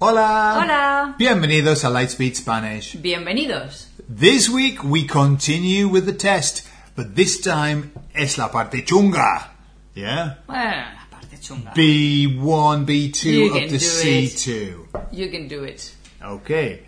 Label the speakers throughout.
Speaker 1: Hola.
Speaker 2: Hola.
Speaker 1: Bienvenidos a Lightspeed Spanish.
Speaker 2: Bienvenidos.
Speaker 1: This week we continue with the test, but this time es la parte chunga. Yeah?
Speaker 2: Bueno, la parte chunga.
Speaker 1: B1, B2
Speaker 2: You
Speaker 1: up
Speaker 2: can
Speaker 1: to
Speaker 2: do
Speaker 1: C2.
Speaker 2: You can do it.
Speaker 1: Okay.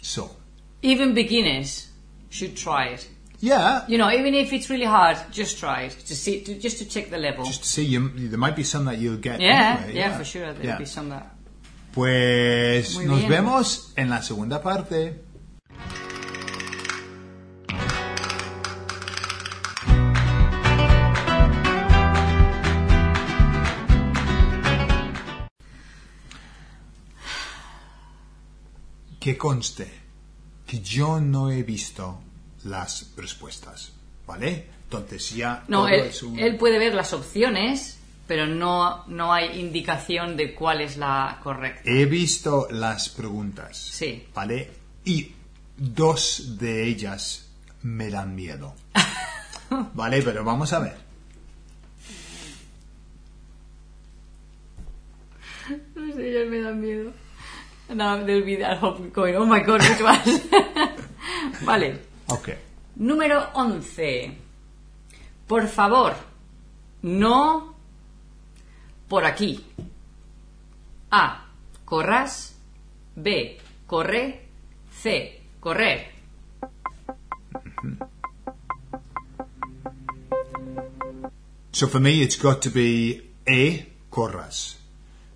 Speaker 1: So,
Speaker 2: Even beginners should try it.
Speaker 1: yeah,
Speaker 2: You know, even if it's really hard, just try it to see, to, just to check the level.
Speaker 1: just to see, you, there might be some that you'll get.
Speaker 2: yeah,
Speaker 1: anyway,
Speaker 2: yeah, for sure. There'll
Speaker 1: Yeah.
Speaker 2: be some uh, that.
Speaker 1: Pues
Speaker 2: Muy
Speaker 1: nos
Speaker 2: bien.
Speaker 1: vemos en la segunda parte. Que conste que yo no he visto las respuestas, ¿vale? Entonces ya
Speaker 2: No,
Speaker 1: todo
Speaker 2: él,
Speaker 1: es un-
Speaker 2: él puede ver las opciones, pero no, no hay indicación de cuál es la correcta.
Speaker 1: He visto las preguntas.
Speaker 2: Sí.
Speaker 1: ¿Vale? Y dos de ellas me dan miedo. ¿Vale? Pero vamos a ver.
Speaker 2: No sé, ya me da miedo. No, de olvidar Hopcoin. Oh my god, mucho más. vale.
Speaker 1: Ok.
Speaker 2: Número 11. Por favor, no por aquí. A. Corras. B. Corre. C. Correr.
Speaker 1: So for me, it's got to be A, corras.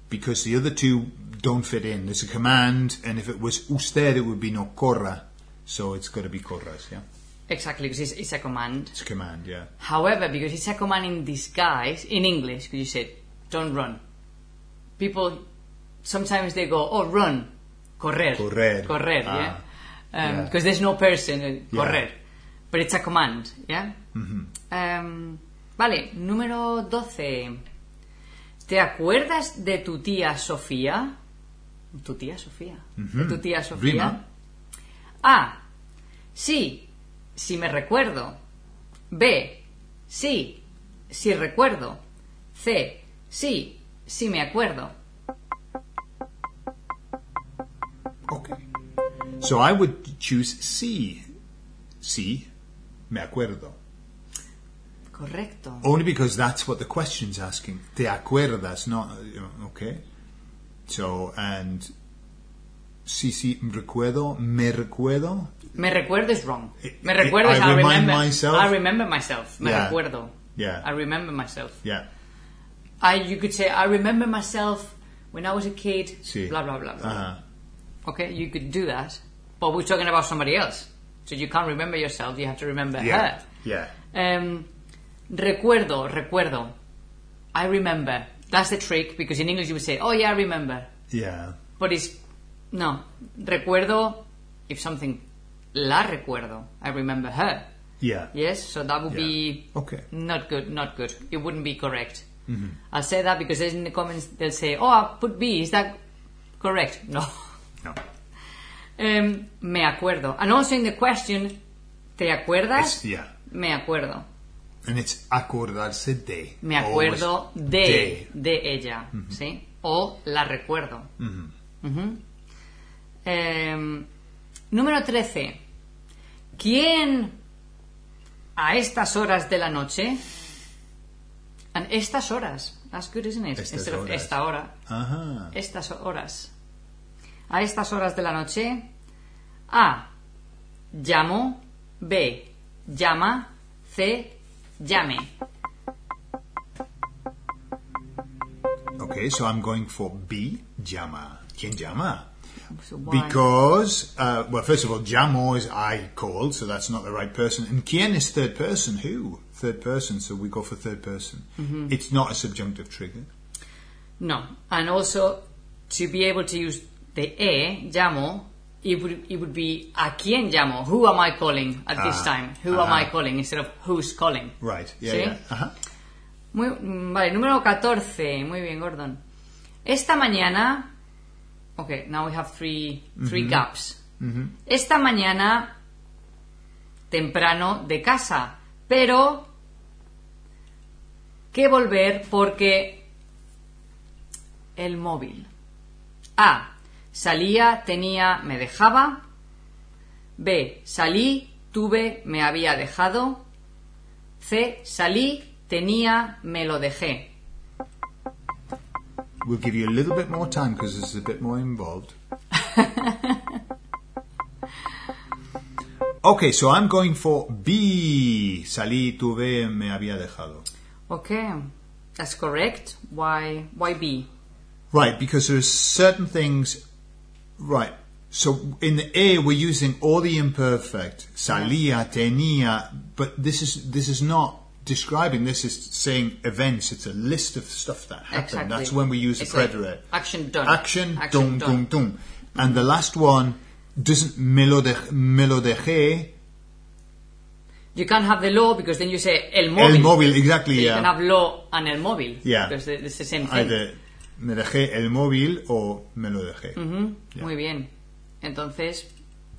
Speaker 1: Because the other two don't fit in. There's a command, and if it was usted, it would be no corra. So it's got to be corras, yeah?
Speaker 2: Exactly, because it's, it's a command.
Speaker 1: It's a command, yeah.
Speaker 2: However, because it's a command in disguise, in English, because you said, don't run. People, sometimes they go, oh, run. Correr.
Speaker 1: Correr.
Speaker 2: Correr,
Speaker 1: Ah,
Speaker 2: yeah.
Speaker 1: yeah.
Speaker 2: Because there's no person, uh,
Speaker 1: Yeah. Mm-hmm.
Speaker 2: correr. But it's a command, yeah? Um, vale, número 12. ¿Te acuerdas de tu tía Sofía? Tu tía Sofía. De tu tía Sofía.
Speaker 1: Mm-hmm. Rima.
Speaker 2: A. Sí, si me recuerdo. B. Sí, si recuerdo. C. Sí, si me acuerdo.
Speaker 1: Okay. So I would choose C. C, me acuerdo.
Speaker 2: Correcto.
Speaker 1: Only because that's what the question's asking. Te acuerdas, not okay. So and sí, sí, recuerdo, me recuerdo.
Speaker 2: Me recuerdo is wrong. Me
Speaker 1: I-
Speaker 2: recuerdo
Speaker 1: Eh, I
Speaker 2: is I
Speaker 1: remind
Speaker 2: remember
Speaker 1: myself.
Speaker 2: I remember myself. Me
Speaker 1: Yeah.
Speaker 2: recuerdo.
Speaker 1: Yeah.
Speaker 2: I remember myself.
Speaker 1: Yeah,
Speaker 2: I you could say I remember myself when I was a kid.
Speaker 1: sí.
Speaker 2: Blah blah blah. blah.
Speaker 1: Uh-huh.
Speaker 2: Okay, you could do that, but we're talking about somebody else. So you can't remember yourself. You have to remember
Speaker 1: Yeah,
Speaker 2: her.
Speaker 1: yeah.
Speaker 2: Um, recuerdo, recuerdo. I remember. That's the trick because in English you would say, "Oh yeah, I remember,"
Speaker 1: Yeah.
Speaker 2: but it's no. Recuerdo. If something, la recuerdo. I remember her.
Speaker 1: Yeah.
Speaker 2: Yes, so that would
Speaker 1: Yeah.
Speaker 2: be
Speaker 1: Okay.
Speaker 2: Not good. Not good. It wouldn't be correct. I'll say that because in the comments they'll say, "Oh, I put B. Is that correct?" No.
Speaker 1: No.
Speaker 2: Um, me acuerdo. And also in the question, ¿te acuerdas?
Speaker 1: It's, yeah.
Speaker 2: Me acuerdo.
Speaker 1: And it's acordarse de.
Speaker 2: Me acuerdo
Speaker 1: Always
Speaker 2: de, de ella, ¿sí? O la recuerdo. Ujú. Em, número 13. ¿Quién a estas horas de la noche? And estas horas. That's good, isn't it?
Speaker 1: Estas
Speaker 2: Instead of
Speaker 1: horas.
Speaker 2: este, Esta hora.
Speaker 1: Ajá.
Speaker 2: Estas horas. A estas horas de la noche. A. Llamo. B. Llama. C. Llame.
Speaker 1: Okay, so I'm going for B, llama. ¿Quién llama?
Speaker 2: So why-
Speaker 1: Because, uh, well, first of all, Jamo is I called, so that's not the right person. And quien is third person, who? Third person, so we go for third person. It's not a subjunctive trigger.
Speaker 2: No, and also to be able to use the e llamo, it would it would be a quién llamo? Who am I calling at this
Speaker 1: Ah,
Speaker 2: time? Who am
Speaker 1: ajá.
Speaker 2: I calling instead of who's calling?
Speaker 1: Right, yeah,
Speaker 2: ¿Sí?
Speaker 1: yeah. Uh-huh.
Speaker 2: Muy, mm, vale, número 14. Muy bien, Gordon. Esta mañana. Okay, now we have three, three gaps. Esta mañana. Temprano de casa. Pero. Que volver porque. El móvil. A. Salía, tenía, me dejaba. B. Salí, tuve, me había dejado. C. Salí, tenía, me lo dejé.
Speaker 1: We'll give you a little bit more time because this is a bit more involved. okay, so I'm going for B. Salí, tuve, me había dejado.
Speaker 2: Okay, that's correct. Why, why B?
Speaker 1: Right, because there's certain things. Right. So in the A, we're using all the imperfect. Salia, tenía, but this is this is not describing. This is saying events. It's a list of stuff that happened.
Speaker 2: Exactly.
Speaker 1: That's when we use the
Speaker 2: It's like
Speaker 1: preterite.
Speaker 2: action done.
Speaker 1: Action, dum,
Speaker 2: Action
Speaker 1: dum,
Speaker 2: done.
Speaker 1: dum. And the last one doesn't me lo, de, me lo dejé.
Speaker 2: You can't have the law because then you say el móvil.
Speaker 1: El móvil, exactly,
Speaker 2: You can
Speaker 1: yeah.
Speaker 2: have law and el móvil.
Speaker 1: Yeah.
Speaker 2: Because the- it's the same thing.
Speaker 1: Either me dejé el móvil o me lo dejé.
Speaker 2: Mm-hmm.
Speaker 1: Yeah.
Speaker 2: Muy bien. Entonces,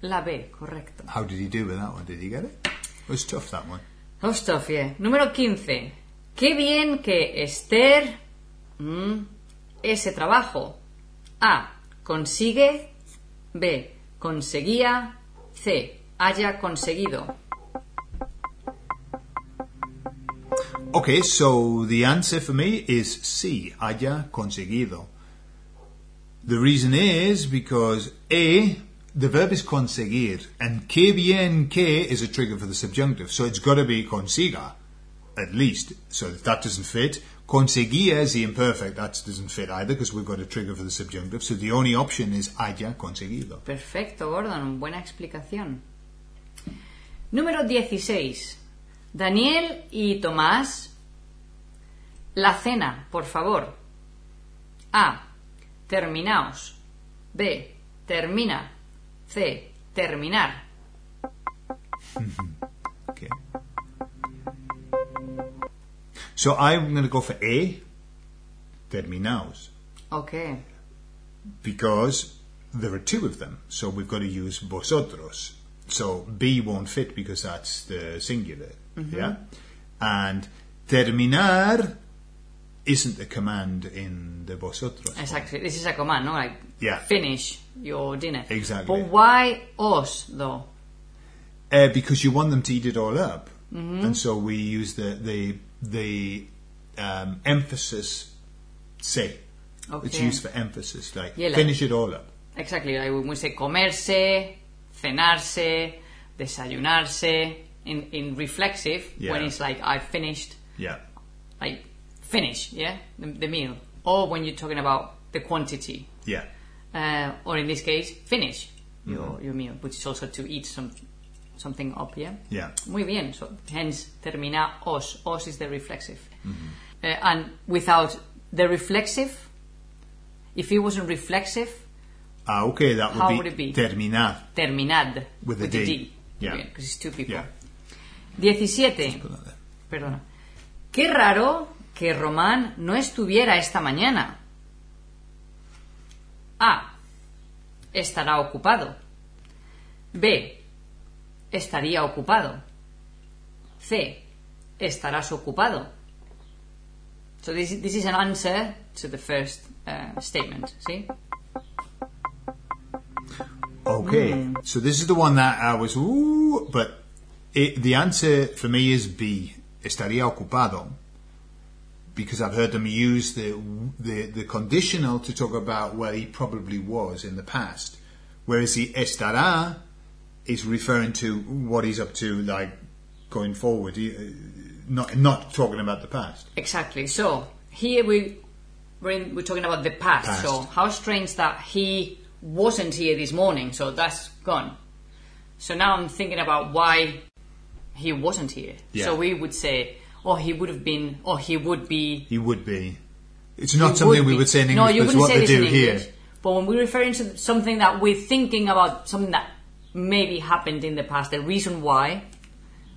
Speaker 2: la B, correcto.
Speaker 1: How did he do with that one? Did he get it? It was tough, that one.
Speaker 2: Ostras, yeah. Número 15. Qué bien que Esther mm, ese trabajo. A. Consigue. B. Conseguía. C. Haya conseguido.
Speaker 1: Okay, so the answer for me is C, haya conseguido. The reason is because A, the verb is conseguir, and que bien que is a trigger for the subjunctive, so it's got to be consiga, at least. So if that doesn't fit, conseguía is the imperfect, that doesn't fit either because we've got a trigger for the subjunctive, so the only option is haya conseguido.
Speaker 2: Perfecto, Gordon. Buena explicación. Número 16. Daniel y Tomás. La cena, por favor. A. Terminaos. B. Termina. C. Terminar.
Speaker 1: Okay. So I'm going to go for A, terminaos.
Speaker 2: Ok.
Speaker 1: because there are two of them, so we've got to use vosotros. So B won't fit because that's the singular,
Speaker 2: Mm-hmm.
Speaker 1: yeah. And terminar isn't the command in the vosotros.
Speaker 2: Exactly. This is a command, no? Like,
Speaker 1: Yeah.
Speaker 2: finish your dinner.
Speaker 1: Exactly.
Speaker 2: But why os, though?
Speaker 1: Uh, because you want them to eat it all up,
Speaker 2: Mm-hmm.
Speaker 1: and so we use the the the um, emphasis say. It's
Speaker 2: Okay.
Speaker 1: used for emphasis, like
Speaker 2: Yeah, like-
Speaker 1: finish it all up.
Speaker 2: Exactly, like when we say comerse, cenarse, desayunarse, in, in reflexive, when
Speaker 1: Yeah.
Speaker 2: it's like I finished,
Speaker 1: Yeah,
Speaker 2: like finish, yeah, the, the meal. Or when you're talking about the quantity,
Speaker 1: yeah,
Speaker 2: uh, or in this case, finish your, your meal, which is also to eat some something up, yeah?
Speaker 1: yeah.
Speaker 2: Muy bien, so hence termina os. Os is the reflexive. Uh, and without the reflexive, if it wasn't reflexive,
Speaker 1: Ah, okay, that would
Speaker 2: How
Speaker 1: be,
Speaker 2: would it be?
Speaker 1: terminar.
Speaker 2: terminad
Speaker 1: With a D. Yeah.
Speaker 2: Bien, 'cause it's two people.
Speaker 1: Yeah.
Speaker 2: 17.
Speaker 1: Put that there.
Speaker 2: Perdona. Qué raro que Román no estuviera esta mañana. A. Estará ocupado. B. Estaría ocupado. C. Estarás ocupado. So this, is- this is an answer to the first uh, statement, ¿sí?
Speaker 1: Okay,
Speaker 2: Hmm.
Speaker 1: so this is the one that I was, ooh, but it, the answer for me is B. Estaría ocupado. Because I've heard them use the, the the conditional to talk about where he probably was in the past, whereas the estará is referring to what he's up to, like going forward, he- uh, not not talking about the past.
Speaker 2: Exactly. So here we we're, in, we're talking about the past.
Speaker 1: Past.
Speaker 2: So how strange that he wasn't here this morning. So that's gone. So now I'm thinking about why he wasn't here.
Speaker 1: Yeah.
Speaker 2: So we would say, oh, he would have been, or he would be.
Speaker 1: He would be. It's not
Speaker 2: he
Speaker 1: something
Speaker 2: would
Speaker 1: we
Speaker 2: be.
Speaker 1: would say in
Speaker 2: No,
Speaker 1: English,
Speaker 2: you
Speaker 1: but it's
Speaker 2: wouldn't
Speaker 1: what
Speaker 2: say
Speaker 1: they
Speaker 2: this in
Speaker 1: do here.
Speaker 2: English. But when we're referring to something that we're thinking about, something that maybe happened in the past, the reason why,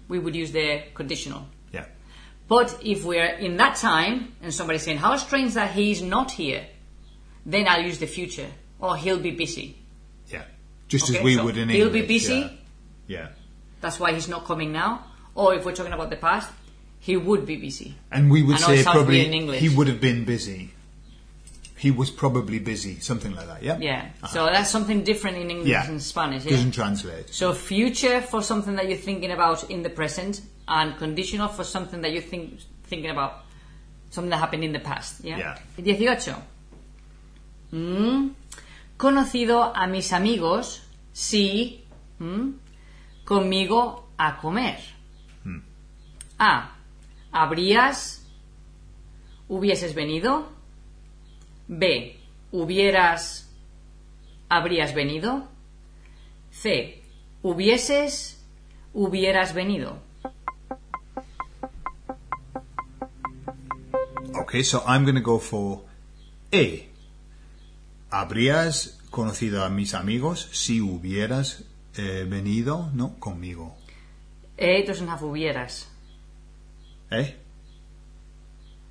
Speaker 2: we would use the conditional.
Speaker 1: Yeah,
Speaker 2: But if we're in that time and somebody's saying, how strange that he's not here, then I'll use the future or he'll be busy.
Speaker 1: yeah. Just as
Speaker 2: Okay,
Speaker 1: we
Speaker 2: so
Speaker 1: would in English.
Speaker 2: he'll be busy.
Speaker 1: Yeah. yeah.
Speaker 2: That's why he's not coming now. Or if we're talking about the past, he would be busy.
Speaker 1: And we would
Speaker 2: I know it
Speaker 1: say
Speaker 2: sounds
Speaker 1: probably
Speaker 2: weird in English.
Speaker 1: he would have been busy. He was probably busy, something like that, yeah?
Speaker 2: Yeah. So that's something different in English
Speaker 1: Yeah.
Speaker 2: and Spanish. Yeah?
Speaker 1: Doesn't translate.
Speaker 2: So future for something that you're thinking about in the present, and conditional for something that you're think, thinking about, something that happened in the past. Yeah.
Speaker 1: Yeah.
Speaker 2: 18. Mm. Conocido a mis amigos, sí, mm, conmigo a comer. A. Habrías, hubieses venido. B. Hubieras, habrías venido. C. Hubieses, hubieras venido.
Speaker 1: Okay, so I'm going to go for A. ¿Habrías conocido a mis amigos si hubieras eh, venido, no, conmigo?
Speaker 2: Eh, doesn't have hubieras.
Speaker 1: ¿Eh?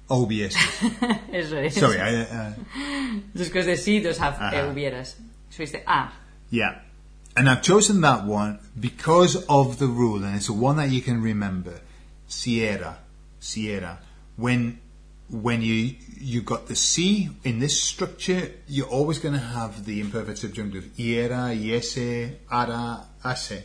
Speaker 1: Obvious.
Speaker 2: Eso es.
Speaker 1: Sorry, I, uh,
Speaker 2: Después de sí, does have eh,
Speaker 1: Ajá.
Speaker 2: hubieras. Sois de A.
Speaker 1: yeah. And I've chosen that one because of the rule, and it's the one that you can remember. Sierra, Sierra. When when you you got the C in this structure, you're always going to have the imperfect subjunctive iera, iese, ara, ase.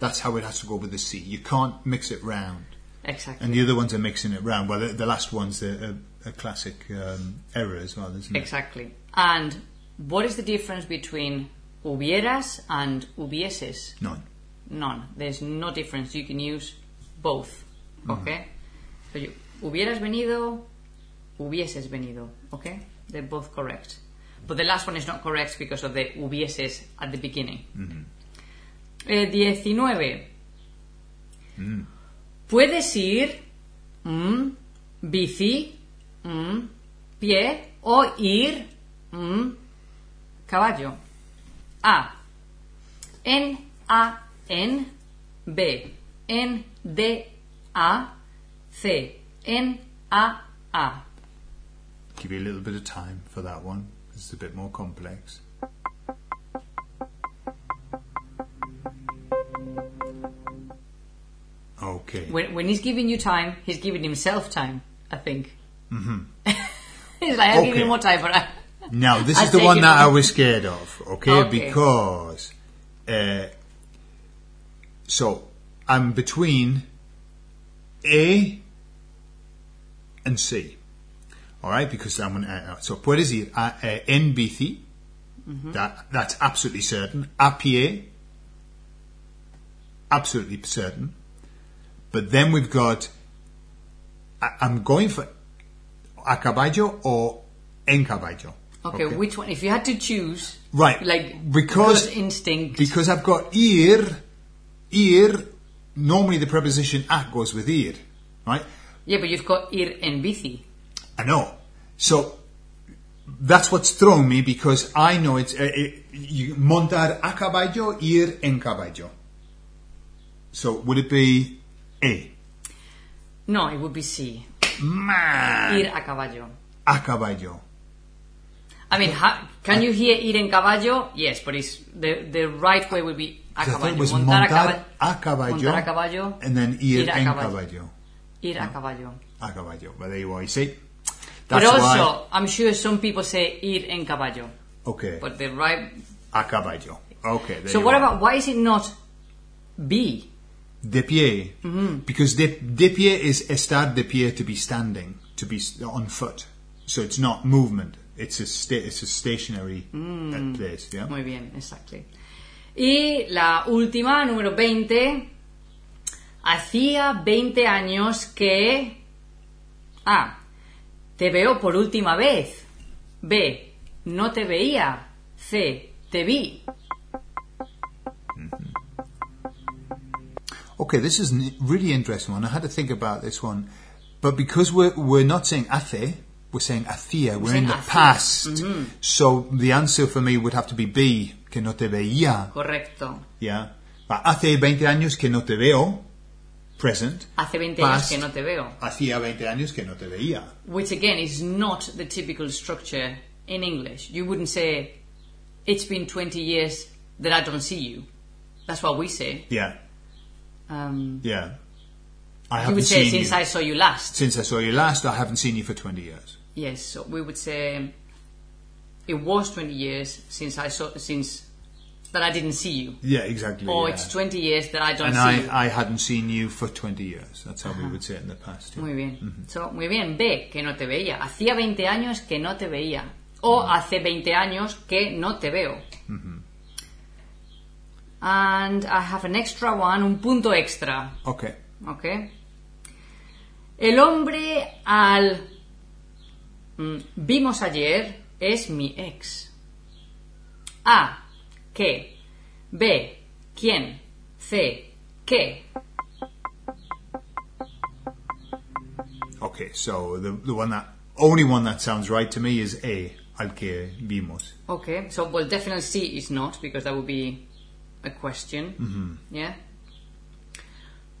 Speaker 1: That's how it has to go with the C. You can't mix it round.
Speaker 2: Exactly.
Speaker 1: And the other ones are mixing it round. Well, the, the last one's a, a, a classic um, error as well, isn't it?
Speaker 2: Exactly. And what is the difference between hubieras and hubieses?
Speaker 1: None.
Speaker 2: None. There's no difference. You can use both. Okay? So you, hubieras venido, hubieses venido. Okay? They're both correct. But the last one is not correct because of the hubieses at the beginning. Eh, 19. Puedes ir, mm, bici, mm, pie o ir, mm, caballo. Ah, A. En A, en B, en D, A, C, en A, A.
Speaker 1: Give you a little bit of time for that one. It's a bit more complex. Okay.
Speaker 2: When, when he's giving you time, he's giving himself time, I think. Mm-hmm. he's like, I'll give
Speaker 1: Okay.
Speaker 2: you more time, but I...
Speaker 1: Now, this
Speaker 2: I'll
Speaker 1: is the
Speaker 2: take
Speaker 1: one
Speaker 2: it.
Speaker 1: that I was scared of, okay?
Speaker 2: Okay.
Speaker 1: Because. Uh, so, I'm between A and C. Alright? Because I'm going to. Uh, so, puedes ir a, uh, en bici. That, that's absolutely certain. A pie. Absolutely certain. But then we've got. I, I'm going for a caballo or en caballo.
Speaker 2: Okay, which one? If you had to choose...
Speaker 1: Right,
Speaker 2: Like,
Speaker 1: because-
Speaker 2: good instinct.
Speaker 1: Because I've got ir, ir. Normally, the preposition at goes with ir, right?
Speaker 2: yeah, but you've got ir en bici.
Speaker 1: I know. So that's what's thrown me because I know it's uh, it, you, montar a caballo, ir en caballo. So would it be a
Speaker 2: No, it would be C.
Speaker 1: man
Speaker 2: Ir a caballo.
Speaker 1: a caballo?
Speaker 2: I mean, ha- can you hear ir en caballo? Yes, but it's the the right way would be a
Speaker 1: I thought
Speaker 2: caballo.
Speaker 1: it was
Speaker 2: montar,
Speaker 1: montar
Speaker 2: a
Speaker 1: a
Speaker 2: caballo.
Speaker 1: caballo,
Speaker 2: Montar a caballo.
Speaker 1: and then ir,
Speaker 2: ir a
Speaker 1: en
Speaker 2: caballo.
Speaker 1: caballo.
Speaker 2: Ir a caballo.
Speaker 1: A caballo. But there you are. You see,
Speaker 2: But
Speaker 1: that's
Speaker 2: also,
Speaker 1: why.
Speaker 2: I'm sure some people say ir en caballo,
Speaker 1: Okay,
Speaker 2: but the right.
Speaker 1: a caballo. Okay. there
Speaker 2: So
Speaker 1: you
Speaker 2: what
Speaker 1: are.
Speaker 2: about why is it not B?
Speaker 1: de pie because de, de pie is estar de pie to be standing to be s- on foot so it's not movement it's a sta- it's a stationary uh, place yeah
Speaker 2: Muy bien, exactly. Y la última, número 20. Hacía 20 años que... A. Te veo por última vez. B. No te veía. C. Te vi.
Speaker 1: okay this is a really interesting one I had to think about this one but because we're we're not saying hace we're saying hacia we're,
Speaker 2: saying
Speaker 1: in the
Speaker 2: hacía.
Speaker 1: past so the answer for me would have to be B que no te veía
Speaker 2: Correcto.
Speaker 1: yeah but hace 20 años que no te veo present
Speaker 2: Hace 20
Speaker 1: Past.
Speaker 2: años que no te veo.
Speaker 1: hacía 20 años que no te veía
Speaker 2: Which again is not the typical structure in English. You wouldn't say, it's been 20 years that I don't see you. That's what we say.
Speaker 1: yeah
Speaker 2: Um,
Speaker 1: Yeah. I
Speaker 2: you
Speaker 1: haven't
Speaker 2: would say,
Speaker 1: seen
Speaker 2: since
Speaker 1: you.
Speaker 2: I saw you last.
Speaker 1: since I saw you last, I haven't seen you for 20 years.
Speaker 2: Yes, so we would say it was 20 years since I saw since that I didn't see you,
Speaker 1: Yeah, exactly.
Speaker 2: or
Speaker 1: yeah.
Speaker 2: Oh, it's 20 years that I don't
Speaker 1: and
Speaker 2: see
Speaker 1: I,
Speaker 2: you.
Speaker 1: I hadn't seen you for 20 years. That's how we would say it in the past. yeah.
Speaker 2: Uh-huh. Muy bien. So, muy bien, ve que no te veía. Hacía 20 años que no te veía. O hace 20 años que no te veo. And I have an extra one, un punto extra.
Speaker 1: Okay.
Speaker 2: ¿Ok? El hombre al mm, vimos ayer es mi ex. A. ¿Qué? B. ¿Quién? C. ¿Qué?
Speaker 1: Okay, so the, the one that, only one that sounds right to me is A, al que vimos.
Speaker 2: Okay, so well, definitely C is not because that would be a question. Mm-hmm. Yeah.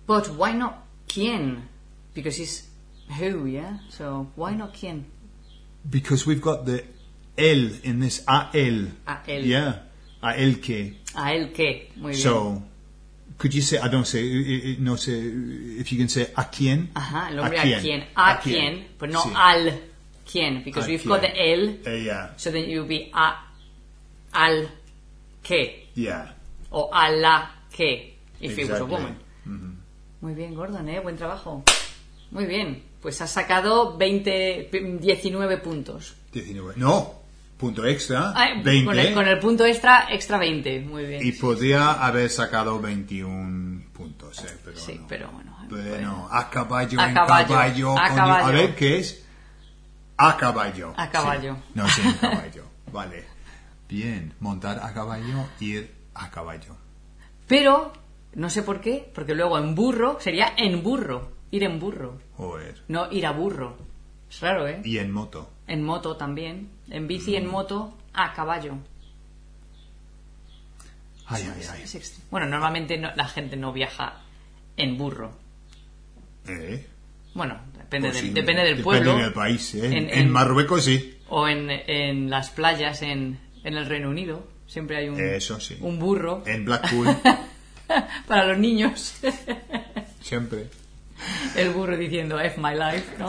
Speaker 2: But why not quien? Because it's who, yeah. So why not quien?
Speaker 1: Because we've got the el in this, a el.
Speaker 2: A él.
Speaker 1: Yeah, a el que.
Speaker 2: A él qué? Muy bien.
Speaker 1: So, could you say, I don't say, i- i- no say, if you can say a quien?
Speaker 2: Ajá, el hombre a quien, a quien, but not
Speaker 1: Sí.
Speaker 2: al quien because
Speaker 1: A
Speaker 2: we've
Speaker 1: quién.
Speaker 2: got the el,
Speaker 1: Uh, yeah,
Speaker 2: so then it would be a al que
Speaker 1: yeah.
Speaker 2: or a la que if it was a
Speaker 1: Exactly.
Speaker 2: woman. Muy bien, Gordon, ¿eh? Buen trabajo. Muy bien. Pues has sacado 20, 19 puntos.
Speaker 1: 19. No, punto extra.
Speaker 2: Ah,
Speaker 1: 20.
Speaker 2: Con, el, con el punto extra, extra 20. Muy bien.
Speaker 1: Y podría haber sacado 21 puntos, eh, pero
Speaker 2: sí,
Speaker 1: no.
Speaker 2: pero bueno.
Speaker 1: Bueno, a caballo,
Speaker 2: A
Speaker 1: en
Speaker 2: caballo,
Speaker 1: caballo.
Speaker 2: a
Speaker 1: coño.
Speaker 2: caballo.
Speaker 1: A ver, ¿qué es? A caballo.
Speaker 2: A
Speaker 1: Sí.
Speaker 2: caballo.
Speaker 1: No, sí, en caballo. vale. Bien, montar a caballo, ir a caballo.
Speaker 2: Pero, no sé por qué, porque luego en burro sería en burro. Ir en burro.
Speaker 1: Joder.
Speaker 2: No ir a burro. Es raro, ¿eh?
Speaker 1: Y Mm. en moto.
Speaker 2: En moto también. En bici, en moto, a caballo.
Speaker 1: Ay, ay, ay.
Speaker 2: Es extra- Bueno, normalmente no- la gente no viaja en burro.
Speaker 1: ¿Eh?
Speaker 2: Bueno, depende,
Speaker 1: Pues
Speaker 2: del-
Speaker 1: sí,
Speaker 2: depende del
Speaker 1: depende
Speaker 2: pueblo.
Speaker 1: del país, ¿eh?
Speaker 2: En-
Speaker 1: En,
Speaker 2: en-
Speaker 1: Marruecos sí.
Speaker 2: O en, en las playas en, en el Reino Unido. Siempre hay un,
Speaker 1: Eso sí. Eh.
Speaker 2: un burro
Speaker 1: En Blackpool,
Speaker 2: para los niños.
Speaker 1: siempre.
Speaker 2: El burro diciendo F my life, ¿no?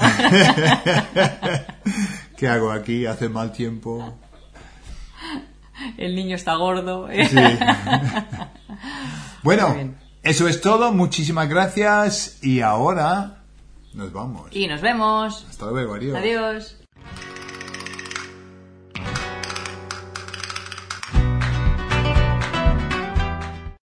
Speaker 1: ¿Qué hago aquí? Hace mal tiempo.
Speaker 2: El niño está gordo.
Speaker 1: Sí.
Speaker 2: Muy
Speaker 1: bueno,
Speaker 2: bien.
Speaker 1: eso es todo. Muchísimas gracias. Y ahora nos vamos.
Speaker 2: Y nos vemos.
Speaker 1: Hasta luego, adiós.
Speaker 2: Adiós.